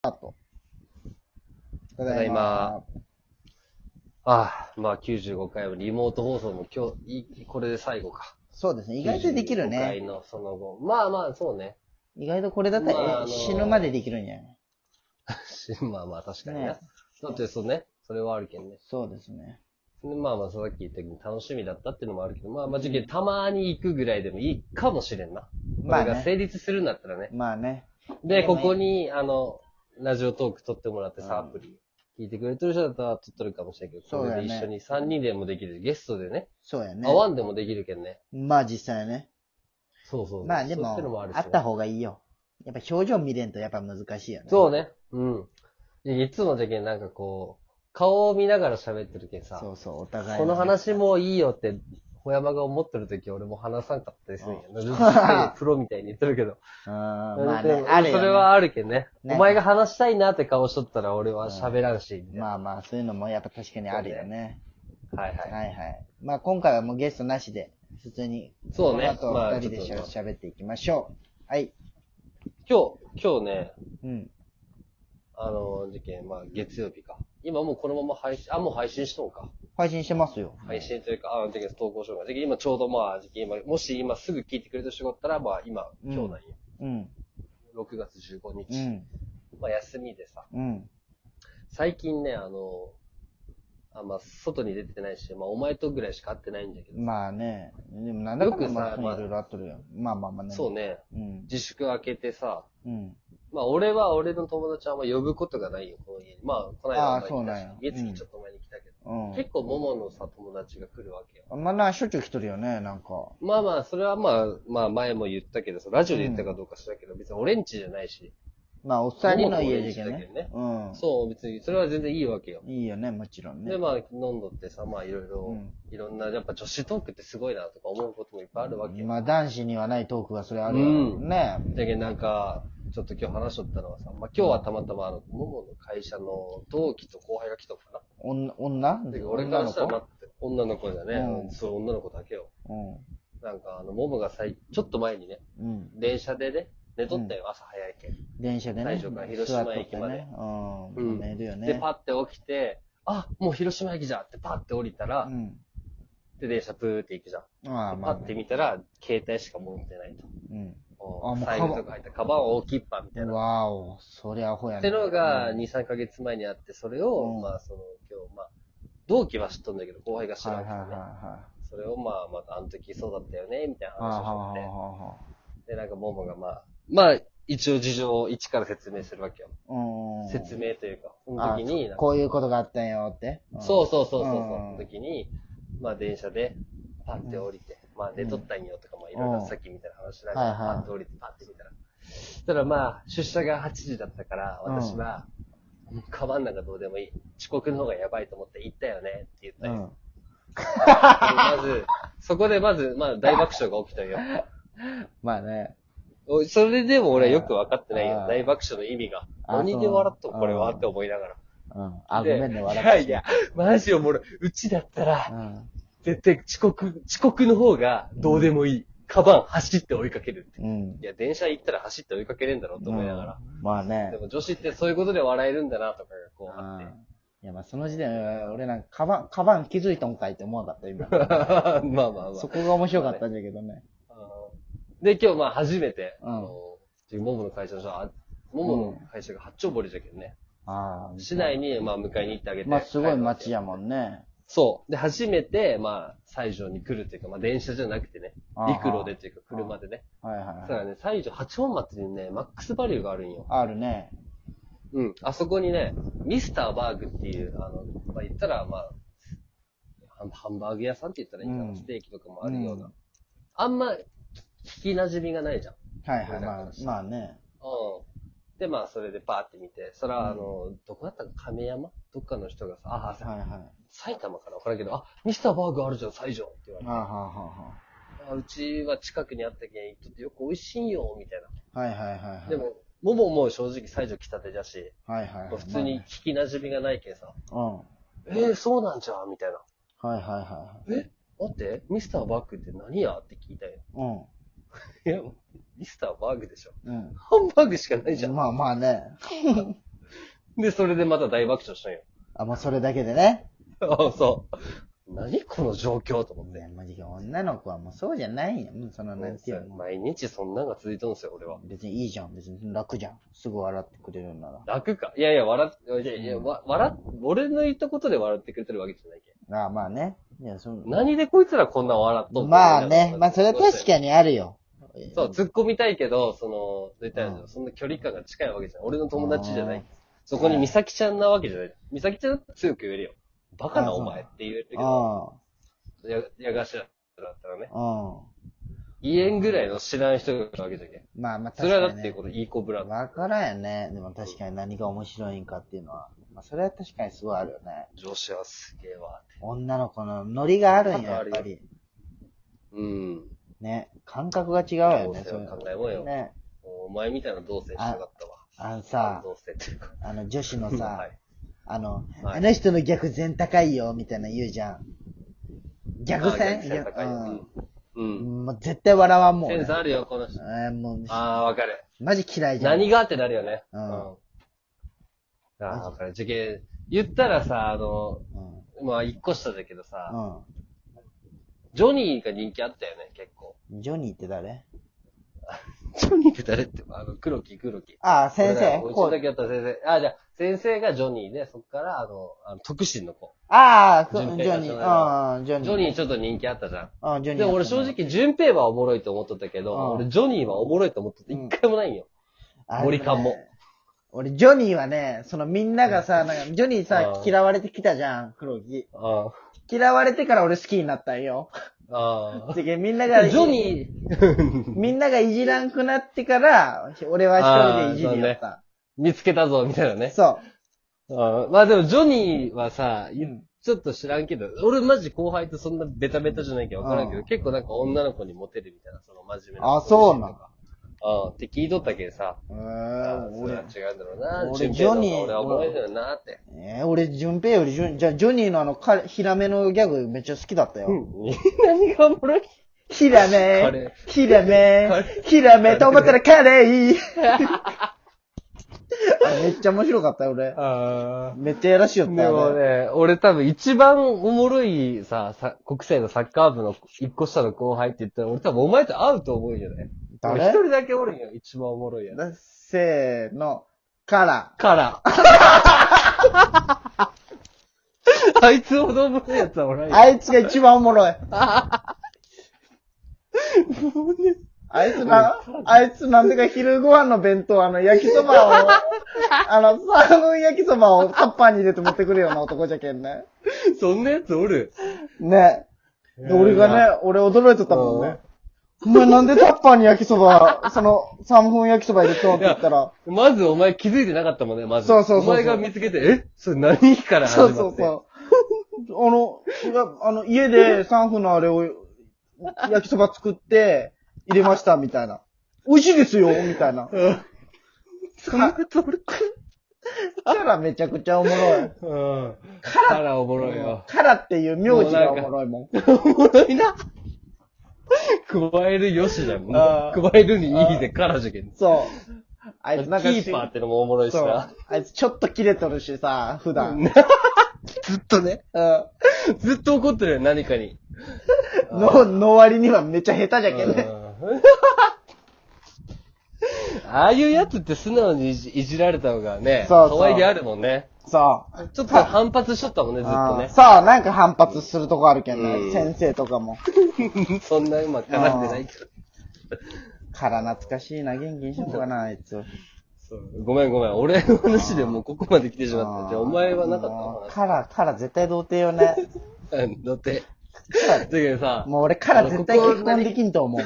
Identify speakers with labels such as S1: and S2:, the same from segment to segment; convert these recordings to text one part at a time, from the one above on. S1: スタート。た
S2: だいま。ああ、まあ95回はリモート放送も今日、いいこれで最後か。
S1: そうですね。意外とできる
S2: 95回
S1: ね。
S2: のその後。まあまあ、そうね。
S1: 意外とこれだったら、
S2: まああの
S1: 死ぬまでできるんじゃない
S2: まあまあ、確かにね。
S1: ね
S2: だってそうね、それはあるけんね。
S1: そうですね。
S2: でまあまあ、さっき言ったように楽しみだったっていうのもあるけど、まあまあ、受験たまに行くぐらいでもいいかもしれんな。こ
S1: まあ
S2: れが
S1: ね。
S2: 成立するんだったらね。
S1: まあね。
S2: で、
S1: まあ
S2: ここに、あの、ラジオトーク撮ってもらってさ、ア
S1: うん
S2: プリ。聞いてくれてる人だったら撮ってるかもしれんけど、
S1: そう
S2: こ
S1: だ
S2: れ
S1: よ
S2: で
S1: ね
S2: 一緒に3人でもできる。ゲストでね、
S1: そうやね
S2: 会。わんでもできるけんね。
S1: まあ実際ね。
S2: そうそうそう。
S1: まあで
S2: そっちの
S1: も、
S2: あるし
S1: あ
S2: ね
S1: った方がいいよ。やっぱ表情見れんとやっぱ難しいよね。
S2: そうね。うん。いいつもじゃけん、なんかこう、顔を見ながら喋ってるけんさ、
S1: そうそう、お互い。
S2: この。話もういいよって、小山が思ってる時俺も話さんかったですね。ずっと プロみたいに言ってるけど。
S1: うん、まあね
S2: でも。
S1: あるよ、ね。
S2: それはあるけんね
S1: ね
S2: お前が話したいなって顔しとったら俺は喋らんし、みたいな
S1: まあまあ、そういうのもやっぱ確かにあるよね。
S2: はいはい。
S1: はいはい。まあ今回はもうゲストなしで、普通に、
S2: そうね
S1: この
S2: ま
S1: 後
S2: あ
S1: 二人でしゃ
S2: ちょっと
S1: 喋っていきましょう。はい。
S2: 今日、今日ね、
S1: うん。
S2: あの、事件、まあ月曜日か。今もうこのまま配信、あ、もう配信しとんか。
S1: 配信してますよ。
S2: 配信というか、あの時投稿しようか。事件今ちょうどまあ、事件今、もし今すぐ聞いてくれた人がおったら、まあ今、
S1: うん
S2: 今日なんよ。
S1: うん。
S2: 6月15
S1: う
S2: 日、
S1: ん。
S2: まあ休みでさ、
S1: うん。
S2: 最近ね、あの、あんま外に出てないし、まあお前とぐらいしか会ってないんだけど、
S1: まあね。でもなんだかんだ
S2: よくさ
S1: まあそう
S2: まあ
S1: いろいろあっとるよ。まあまあまあね。
S2: そう。ね、
S1: うん。
S2: 自粛明けてさ、
S1: うん。
S2: まあ俺は俺の友達はあんま呼ぶことがないよ、この家に。まあ、この間
S1: あー
S2: お前来たし
S1: そうなんや、
S2: 三
S1: うん
S2: 月ちょっと前に来たけど、
S1: う
S2: 結構桃のさ、友達が来るわけよ。
S1: ん。まあな、しょっちゅう来とるよね、なんか。
S2: まあまあ、それはまあ、まあ前も言ったけどさ、ラジオで言ったかどうか知らんけど、別に俺んちじゃないし、
S1: まあ、お二人の家じゃけ
S2: 桃の家だけ
S1: ん
S2: ど
S1: ね
S2: ね。
S1: うん。
S2: そう、別に、それは全然いいわけよ。
S1: いいよね、もちろんね。
S2: で、まあ、飲んどってさ、まあ、いろいろ、
S1: うん
S2: いろんな、やっぱ女子トークってすごいなとか思うこともいっぱいあるわけよ。
S1: まあ、男子にはないトークがそれあるよ
S2: うん
S1: ね。
S2: だけどなんか、ちょっと今日話しとったのはさ、まあ今日はたまたまあの、ももの会社の同期と後輩が来とったか
S1: 女女
S2: な。だけど俺からしたら、
S1: 女の
S2: まあ女の子だね。
S1: うん
S2: うんそう、女の子だけよ。
S1: 子
S2: なんか、あの、ももがさい、ちょっと前にね、
S1: うん。うん。
S2: 電車でね、寝とったよ、朝早いけん。
S1: 電車でね。
S2: 最初から広島駅まで
S1: 座っとってね。う。
S2: うんん
S1: 寝るよね。
S2: で、パッて起きて、あ、もう広島駅じゃんってパッて降りたら、
S1: うん。
S2: で、電車プーって行くじゃん。
S1: ああ、ま
S2: パ
S1: あ
S2: ッ。て見たら、携帯しか持ってないと。
S1: うん。
S2: お
S1: あもう
S2: 財布とか入ったカバンを置きっぱみたいな。
S1: わお、そりゃアホやね。
S2: ってのが
S1: う
S2: 2、
S1: ん
S2: 3ヶ月前にあって、それを、
S1: うん
S2: まあその今日、まあ、同期は知っとんだけど、後輩が知ら
S1: は
S2: ん
S1: いはい
S2: か
S1: はい
S2: らね。
S1: は。
S2: それをまあ、またあの時そうだったよね、みたいない
S1: はあ
S2: 話
S1: はあ
S2: を
S1: は
S2: して
S1: あは
S2: て。で、なんかモモがまあ、まあ、一応事情を一から説明するわけよ。
S1: あ。うん。
S2: 説明というか、そ
S1: あ
S2: の時になんか、
S1: こういうことがあったんよって。ん
S2: そうそうそうそう、
S1: うん
S2: その時に、まあ電車で、パッて降りて、まあ寝とったんよとか、まあいろいろさっきみたいな話しなが
S1: う
S2: ら、
S1: ん
S2: パ
S1: はいはい
S2: ッて降りて、パッて見たら。そしたらまあ、出社が8時だったから、
S1: うん
S2: 私は、うん、カバンなんかどうでもいい。遅刻の方がやばいと思って行ったよねって言った
S1: う
S2: よ。
S1: ん。
S2: まず、そこでまず、まあ大爆笑が起き たよ。
S1: まあね。
S2: おそれでも俺はよく分かってない
S1: あ
S2: よ
S1: ー。
S2: 大爆笑の意味が。
S1: あ
S2: 何で笑っと
S1: そう
S2: これは
S1: うん
S2: って思いながら。
S1: うん。あ、ご
S2: で
S1: めんね、笑
S2: い
S1: っ
S2: や
S1: て。
S2: いや、マジおもろい。うちだったら、
S1: うん。
S2: 絶対遅刻、遅刻の方がどうでもいい。カバン走って追いかけるって。
S1: うん
S2: い。や、電車行ったら走って追いかけれんだろうと思いながら。
S1: うん。まあね
S2: で。も女子ってそういうことで笑えるんだなとかがこうあっ
S1: いや、まあ、その時点で、俺なんか、カバン、カバン気づいたんかいって思わなかった、今。
S2: て。 まあまあまあ
S1: そ。こが面白かったんだけどね。
S2: あので、今日まあ初めて、
S1: うん
S2: あの、モモの会社の人は、あモモの会社が八丁堀じゃけどね。
S1: ああ。
S2: 市内にまあ迎えに行ってあげて。
S1: まあ、すごい街や
S2: ん。
S1: もんね。
S2: そう。で、初めて、まあ、西条に来るというか、まあ電車じゃなくてね、陸路でというか車でね。
S1: あー。はいはい
S2: だ
S1: は
S2: か
S1: い。
S2: らね、西条八本松にね、マックスバリューがあるんよ。
S1: あるね。
S2: うん、あそこにね、ミスターバーグっていう、あの、まあ、言ったら、まあ、ハンハンバーグ屋さんって言ったらいいかな、
S1: うん
S2: ステーキとかもあるような。
S1: うん
S2: あんま、聞き馴染みがないじゃん。
S1: はいはい。ま
S2: だか
S1: あ
S2: ら、
S1: まあね。
S2: うん。で、まあ、それでパーって見て、それは、あの、どこだったか亀山どっかの人がさ、あ、
S1: はいはい。
S2: 埼玉かなわからんけど、あ、ミスターバーグあるじゃん、西条って言われ
S1: は
S2: て。
S1: あはあは
S2: あうちは近くにあったけん、行っとってよく美味しいよ、みたいな。
S1: あはあ。はいはいはいはい。
S2: で、も、ももも正直西条来たてじゃし、
S1: はいはいはい。
S2: 普通に聞き馴染みがないけんさ、
S1: まあね。
S2: えー、そうなんじゃんみたいな。
S1: うん。はいはいは
S2: え待って、ミスターバーグって何やって聞いたよ。
S1: いはい。
S2: いや、ミスターバーグでしょ。
S1: うん。
S2: ハンバーグしかないじゃ。
S1: うんん。まあまあね。
S2: で、それでまた大爆笑したんよ。
S1: あ、もうそれだけでね。
S2: あそう。何この状況と思って。
S1: ねマジで女の子はもうそうじゃないよ。うん、その、なんていうの。
S2: 毎日そんなんが続いてるんですよ、俺は。
S1: 別にいいじゃん。別に楽じゃん。すぐ笑ってくれるんなら。
S2: 楽か。いやいや、笑っ、いやいや、わ笑っ、俺の言ったことで笑ってくれてるわけじゃないけ
S1: ああ、まあね。いや、その
S2: ん。何でこいつらこんな笑っとんの
S1: まあね。まあそれは確かにあるよ。
S2: そう、突っ込みたいけど、その、絶対
S1: う
S2: そんな距離感が近いわけじゃない。俺の友達じゃない。そこに美咲ちゃんなわけじゃない。美咲ちゃんだったら強く言えるよ。バカなお前って言えるけ
S1: う
S2: ど、
S1: ん。
S2: や、やがしらだったらね。
S1: うん。
S2: 言えんぐらいの知らん人がいるわけじゃけん。
S1: まあまあ
S2: そ
S1: 確
S2: れ
S1: か
S2: はだ
S1: に、
S2: って
S1: ね。
S2: このいい子ぶら。
S1: わからんよね。でも確かに何が面白いんかっていうのは。まあそれは確かにすごいあるよね。
S2: 女子はすげえわ。
S1: 女の子のノリがあるんよ、やっぱり。
S2: うん。
S1: ね。感覚が違うよね、
S2: どうせ
S1: いの
S2: わかんないもんよ
S1: ね。
S2: お前みたいな同性したかったわ。
S1: あのさ、
S2: 同性っていうか。
S1: あの女子のさ、
S2: はい。
S1: あの、
S2: はい
S1: あの人の逆全高いよ、みたいなの言うじゃん。逆
S2: あ
S1: 線
S2: 逆線高い。うん。う。
S1: うんん。もう絶対笑わんもん。
S2: センスあるよ、この人。
S1: えーもう、
S2: ああ、わかる。
S1: マジ嫌いじゃん。
S2: 何がってなるよね。
S1: うん
S2: ああ、わかる。じゃけ、言ったらさ、あの、
S1: うん。
S2: まあ、一個下だけどさ、
S1: う
S2: ジョニーが人気あったよね、結構。
S1: ん。ジョニーって誰
S2: ジョニーって誰って、あの、黒木黒木。
S1: ああ、先
S2: 俺ら
S1: 生
S2: う
S1: こ
S2: ちだけやったら先生。あ、じゃあ先生がジョニーで、そっから、あの、あの特進の子。
S1: ああ、そうジ
S2: ジョ
S1: ョ
S2: ニ
S1: ニ
S2: ー
S1: ー。あ
S2: あ
S1: あ、ジョニー。
S2: ジョニーちょっと人気あったじゃん。
S1: あジョニー。
S2: でも俺正。直、順平はおもろいと思っとったけど、
S1: うん
S2: 俺ジョニーはおもろいと思っとって一回もないんよ。森勘も。
S1: 俺、ジョニーはね、そのみんながさ、なんか、ジョニー
S2: う
S1: さ
S2: ん、
S1: 嫌われてきたじゃん、黒木。
S2: あ
S1: 嫌われてから俺好きになったんよ。
S2: あ。あ
S1: でみんな
S2: あ。
S1: が、
S2: ジョニー、
S1: みんながいじらんくなってから、俺は一人でいじりよった。
S2: 見つけたぞ、みたいなね。
S1: そう,、
S2: うんまあでも、ジョニーはさ、い
S1: うん
S2: ちょっと知らんけど、俺マジ後輩とそんなベタベタじゃないけど分からんけど、
S1: うん
S2: 結構なんか女の子にモテるみたいな、その真面目な。
S1: あそうなん
S2: うん、って聞いとったけどさ、
S1: う
S2: あ
S1: ーん。
S2: 俺は
S1: 俺、
S2: 違うんだろうな、
S1: 俺
S2: 純平
S1: ジョ
S2: の方
S1: ニー
S2: が俺は思えるよなって。
S1: えー、俺、順平よりジョニー、じゃあ、ジョニーのあの、かヒラメのギャグめっちゃ好きだったよ。
S2: うん。 何がおもろい
S1: ヒラ
S2: カ
S1: メ
S2: レ、
S1: ヒラ
S2: カ
S1: メ
S2: レ、
S1: ヒラメと思ったらカレ ーあれめっちゃ面白かったよ、俺。
S2: あ
S1: めっちゃやらしいよ
S2: で
S1: った
S2: も
S1: よ、ね。
S2: ね、俺多分一番おもろいさ、さ国際のサッカー部の一個下の後輩って言ったら、俺多分お前と会うと思うよね。
S1: 誰
S2: 俺一人だけおるんよ、一番おもろいやつ。
S1: だせーの、カラ。
S2: から。あいつほどおもろいやつはおらんよ。
S1: あいつが一番おもろい。あいつな、あいつなんでか昼ご飯の弁当、あの、焼きそばを、あの、サーモン焼きそばをタッパーに入れて持ってくるような男じゃけんね。
S2: そんなやつおる。
S1: ね。で俺がね、俺驚いてたもんね。お前なんでタッパーに焼きそば、その、3分焼きそば入れてたのって言ったら、
S2: うん。まずお前気づいてなかったもんね、まず。
S1: そうそうそうそう
S2: お前が見つけて、えそれ何から始ま
S1: そ
S2: っ
S1: う
S2: て
S1: そうそう。あの、いやあの、家で3分のあれを、焼きそば作って、入れました、みたいな。美味しいですよ、みたいな。
S2: うん。そんなやつおるか。
S1: カラめちゃくちゃおもろい。
S2: うん。からおもろいよ。
S1: カラっていう名字がおもろいもん。
S2: おもろいな。加えるよしだもん。
S1: あ
S2: 加
S1: ー
S2: えるにいいでからじゃけん。
S1: そう。あ
S2: キ
S1: いつなんか
S2: ーパーってのもおもろいし
S1: そう。
S2: な
S1: あ。いつちょっと切れとるしさ、普段。 うん。
S2: ずっとね。
S1: の、
S2: ずっと怒ってるよ、何かに。
S1: の割にはめっちゃ下手じゃけんね。
S2: ああいうやつって素直にいじいじられた方がね、
S1: そうそう
S2: 可愛げあるもんね。
S1: そう。
S2: ちょっと反発しとったもんね、ずっと
S1: あーそう、なんか反発するとこあるけど
S2: う
S1: ね。
S2: ん
S1: 先生とかも。
S2: ね。そんなうまく絡んでないけど。
S1: から懐かしいな、元気にしようかな、あいつ。
S2: そうごめんごめん、俺の話でもうここまで来てしまった。じゃあお前はなか
S1: もう
S2: っ
S1: カラ、カラ絶対童貞よね。
S2: たの話。うんだって。だけどさ、
S1: もう俺カラ絶対
S2: あのここ
S1: 結婚できんと思う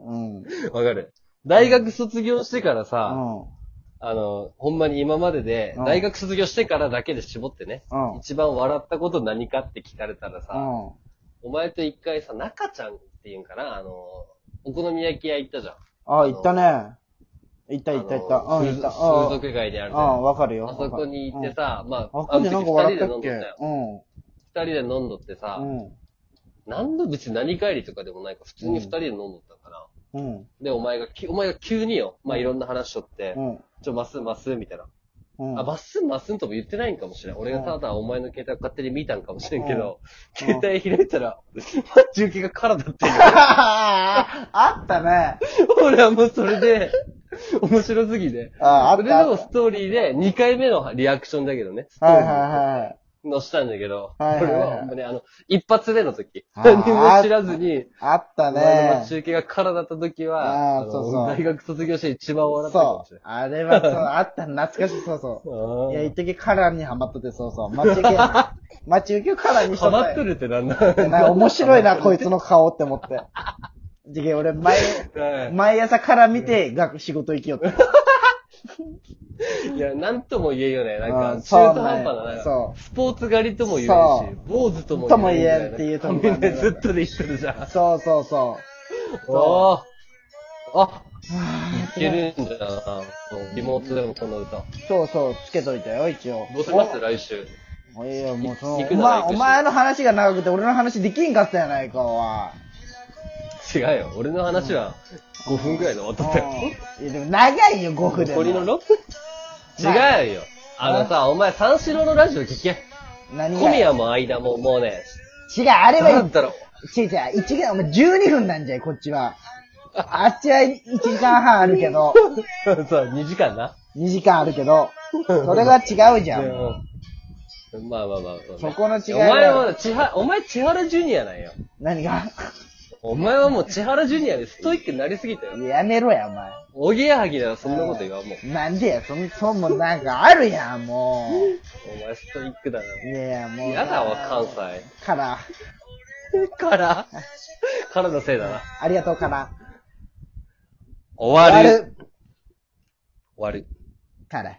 S1: もん。うん。
S2: わかる。大学卒業してからさ、
S1: う
S2: あの、ほんまに今までで、
S1: うん
S2: 大学卒業してからだけで絞ってね、
S1: ん。うん。
S2: 一番笑ったこと何かって聞かれたらさ、
S1: うん。
S2: お前と一回さ、中ちゃんっていうんかな、あの、お好み焼き屋行ったじゃん。
S1: あ、行ったね。行った行った行った。
S2: あの
S1: うん、
S2: 風
S1: 行った。
S2: 風
S1: う
S2: 俗街である
S1: ん。
S2: じゃ
S1: うん、
S2: ん。
S1: わかるよ。
S2: あそこに行ってさ、ま
S1: うん。あそ
S2: あ、
S1: こ
S2: あの
S1: で
S2: 時
S1: なんか
S2: 二
S1: 笑っ
S2: 人で
S1: た
S2: 飲ん
S1: っけ
S2: どったよ。二人で飲んどってさ、何の別に何帰りとかでもないか、普通に二人で飲んどったから。
S1: うん。うん。
S2: で、お前がき、お前が急によ、まあいろんな話しとって
S1: う、ん。
S2: ちょ、ますますみたいな。
S1: うん。
S2: あ、まっすんまっすんとも言ってないんかもしれん。俺がただお前の携帯を勝手に見たんかもしれんけど、
S1: うん
S2: 携帯開いたら、重機が空だっていう。
S1: あったね。
S2: 俺はもうそれで、面白すぎて。
S1: あ、あ
S2: そ
S1: っ
S2: れ
S1: た。
S2: のストーリーで、2回目のリアクションだけどね。ストー
S1: はい
S2: リ
S1: はい
S2: ー
S1: はい。
S2: のしたんだけど、
S1: はいはいはい
S2: 俺はもうね、あの、一発目の時、
S1: あー
S2: 何も知らずに、
S1: あった
S2: お前の
S1: ね
S2: 待。ち受けが空だった時
S1: あ
S2: は、
S1: ー
S2: の
S1: そうそう
S2: 大学卒業して一番笑ったかも
S1: そ
S2: しれ
S1: う。あれはそう、あった。懐かしい、そうそう。いや、
S2: ない。
S1: 一時カラーにハマっとって、そう そう。待ち受け、待ち受けをカラーにしと
S2: ハ
S1: ったん
S2: マ
S1: や
S2: っとるってなんだ
S1: なんか面白い な、こいつの顔って思って。じけ、俺、毎、
S2: は
S1: 毎朝から見て、学、仕事行きよって。
S2: いいや、なんとも言えんよね。なん
S1: う
S2: か、
S1: ん
S2: 中
S1: そう
S2: 途半端な、なんか
S1: そ
S2: スポーツ狩りとも言え
S1: そ
S2: んし
S1: う、
S2: 坊主とも
S1: とも言えんっていうとこ
S2: み
S1: ろなん
S2: んな
S1: だよ
S2: ずっとで一緒でさ
S1: う。。そうそうそ
S2: おーあ、
S1: う。
S2: いけるんだな。リモートでもこの歌。
S1: そうそう、つけといたよ、一応。
S2: どうします来週。
S1: おいいよ、もうその、
S2: 行
S1: お
S2: くなら
S1: 前、
S2: 行く
S1: お
S2: し
S1: 前の話が長くて、俺の話できんかったやないか、は。
S2: 違うよ。俺の話は5分くらいで終わっ
S1: う
S2: とったよ。
S1: ん。いや、でも長いよ、5分でも。
S2: 残りの 6? 違うよ。あのさ、お前三四郎のラジオ聞け。
S1: 何
S2: 小
S1: が違う、
S2: 宮も間ももうね、
S1: あれ
S2: な
S1: は
S2: んだろう。
S1: 違う違う、一時間、お前12分なんじゃい、こっちは。あっちは1時間半あるけど、
S2: そう、2時間な。
S1: 2時間あるけど、それが違うじゃん。
S2: うんまあまあまあ。
S1: そこの違い
S2: お
S1: は
S2: 前は、ちは、お前、千原ジュニアなんよ。
S1: 何が
S2: お前はもう千原ジュニアでストイックになりすぎたよ。
S1: やめろや、お
S2: おぎやはぎならそんなこと言わんもん。
S1: 前。なんでや、そん、そんもなんかあるやん、も
S2: お前ストイックだな。
S1: う。いやいや、もう。
S2: 嫌だわ、関西。
S1: から、
S2: から、 からのせいだな。
S1: ありがとうから。
S2: 終わる。
S1: る。
S2: 終わる。
S1: から。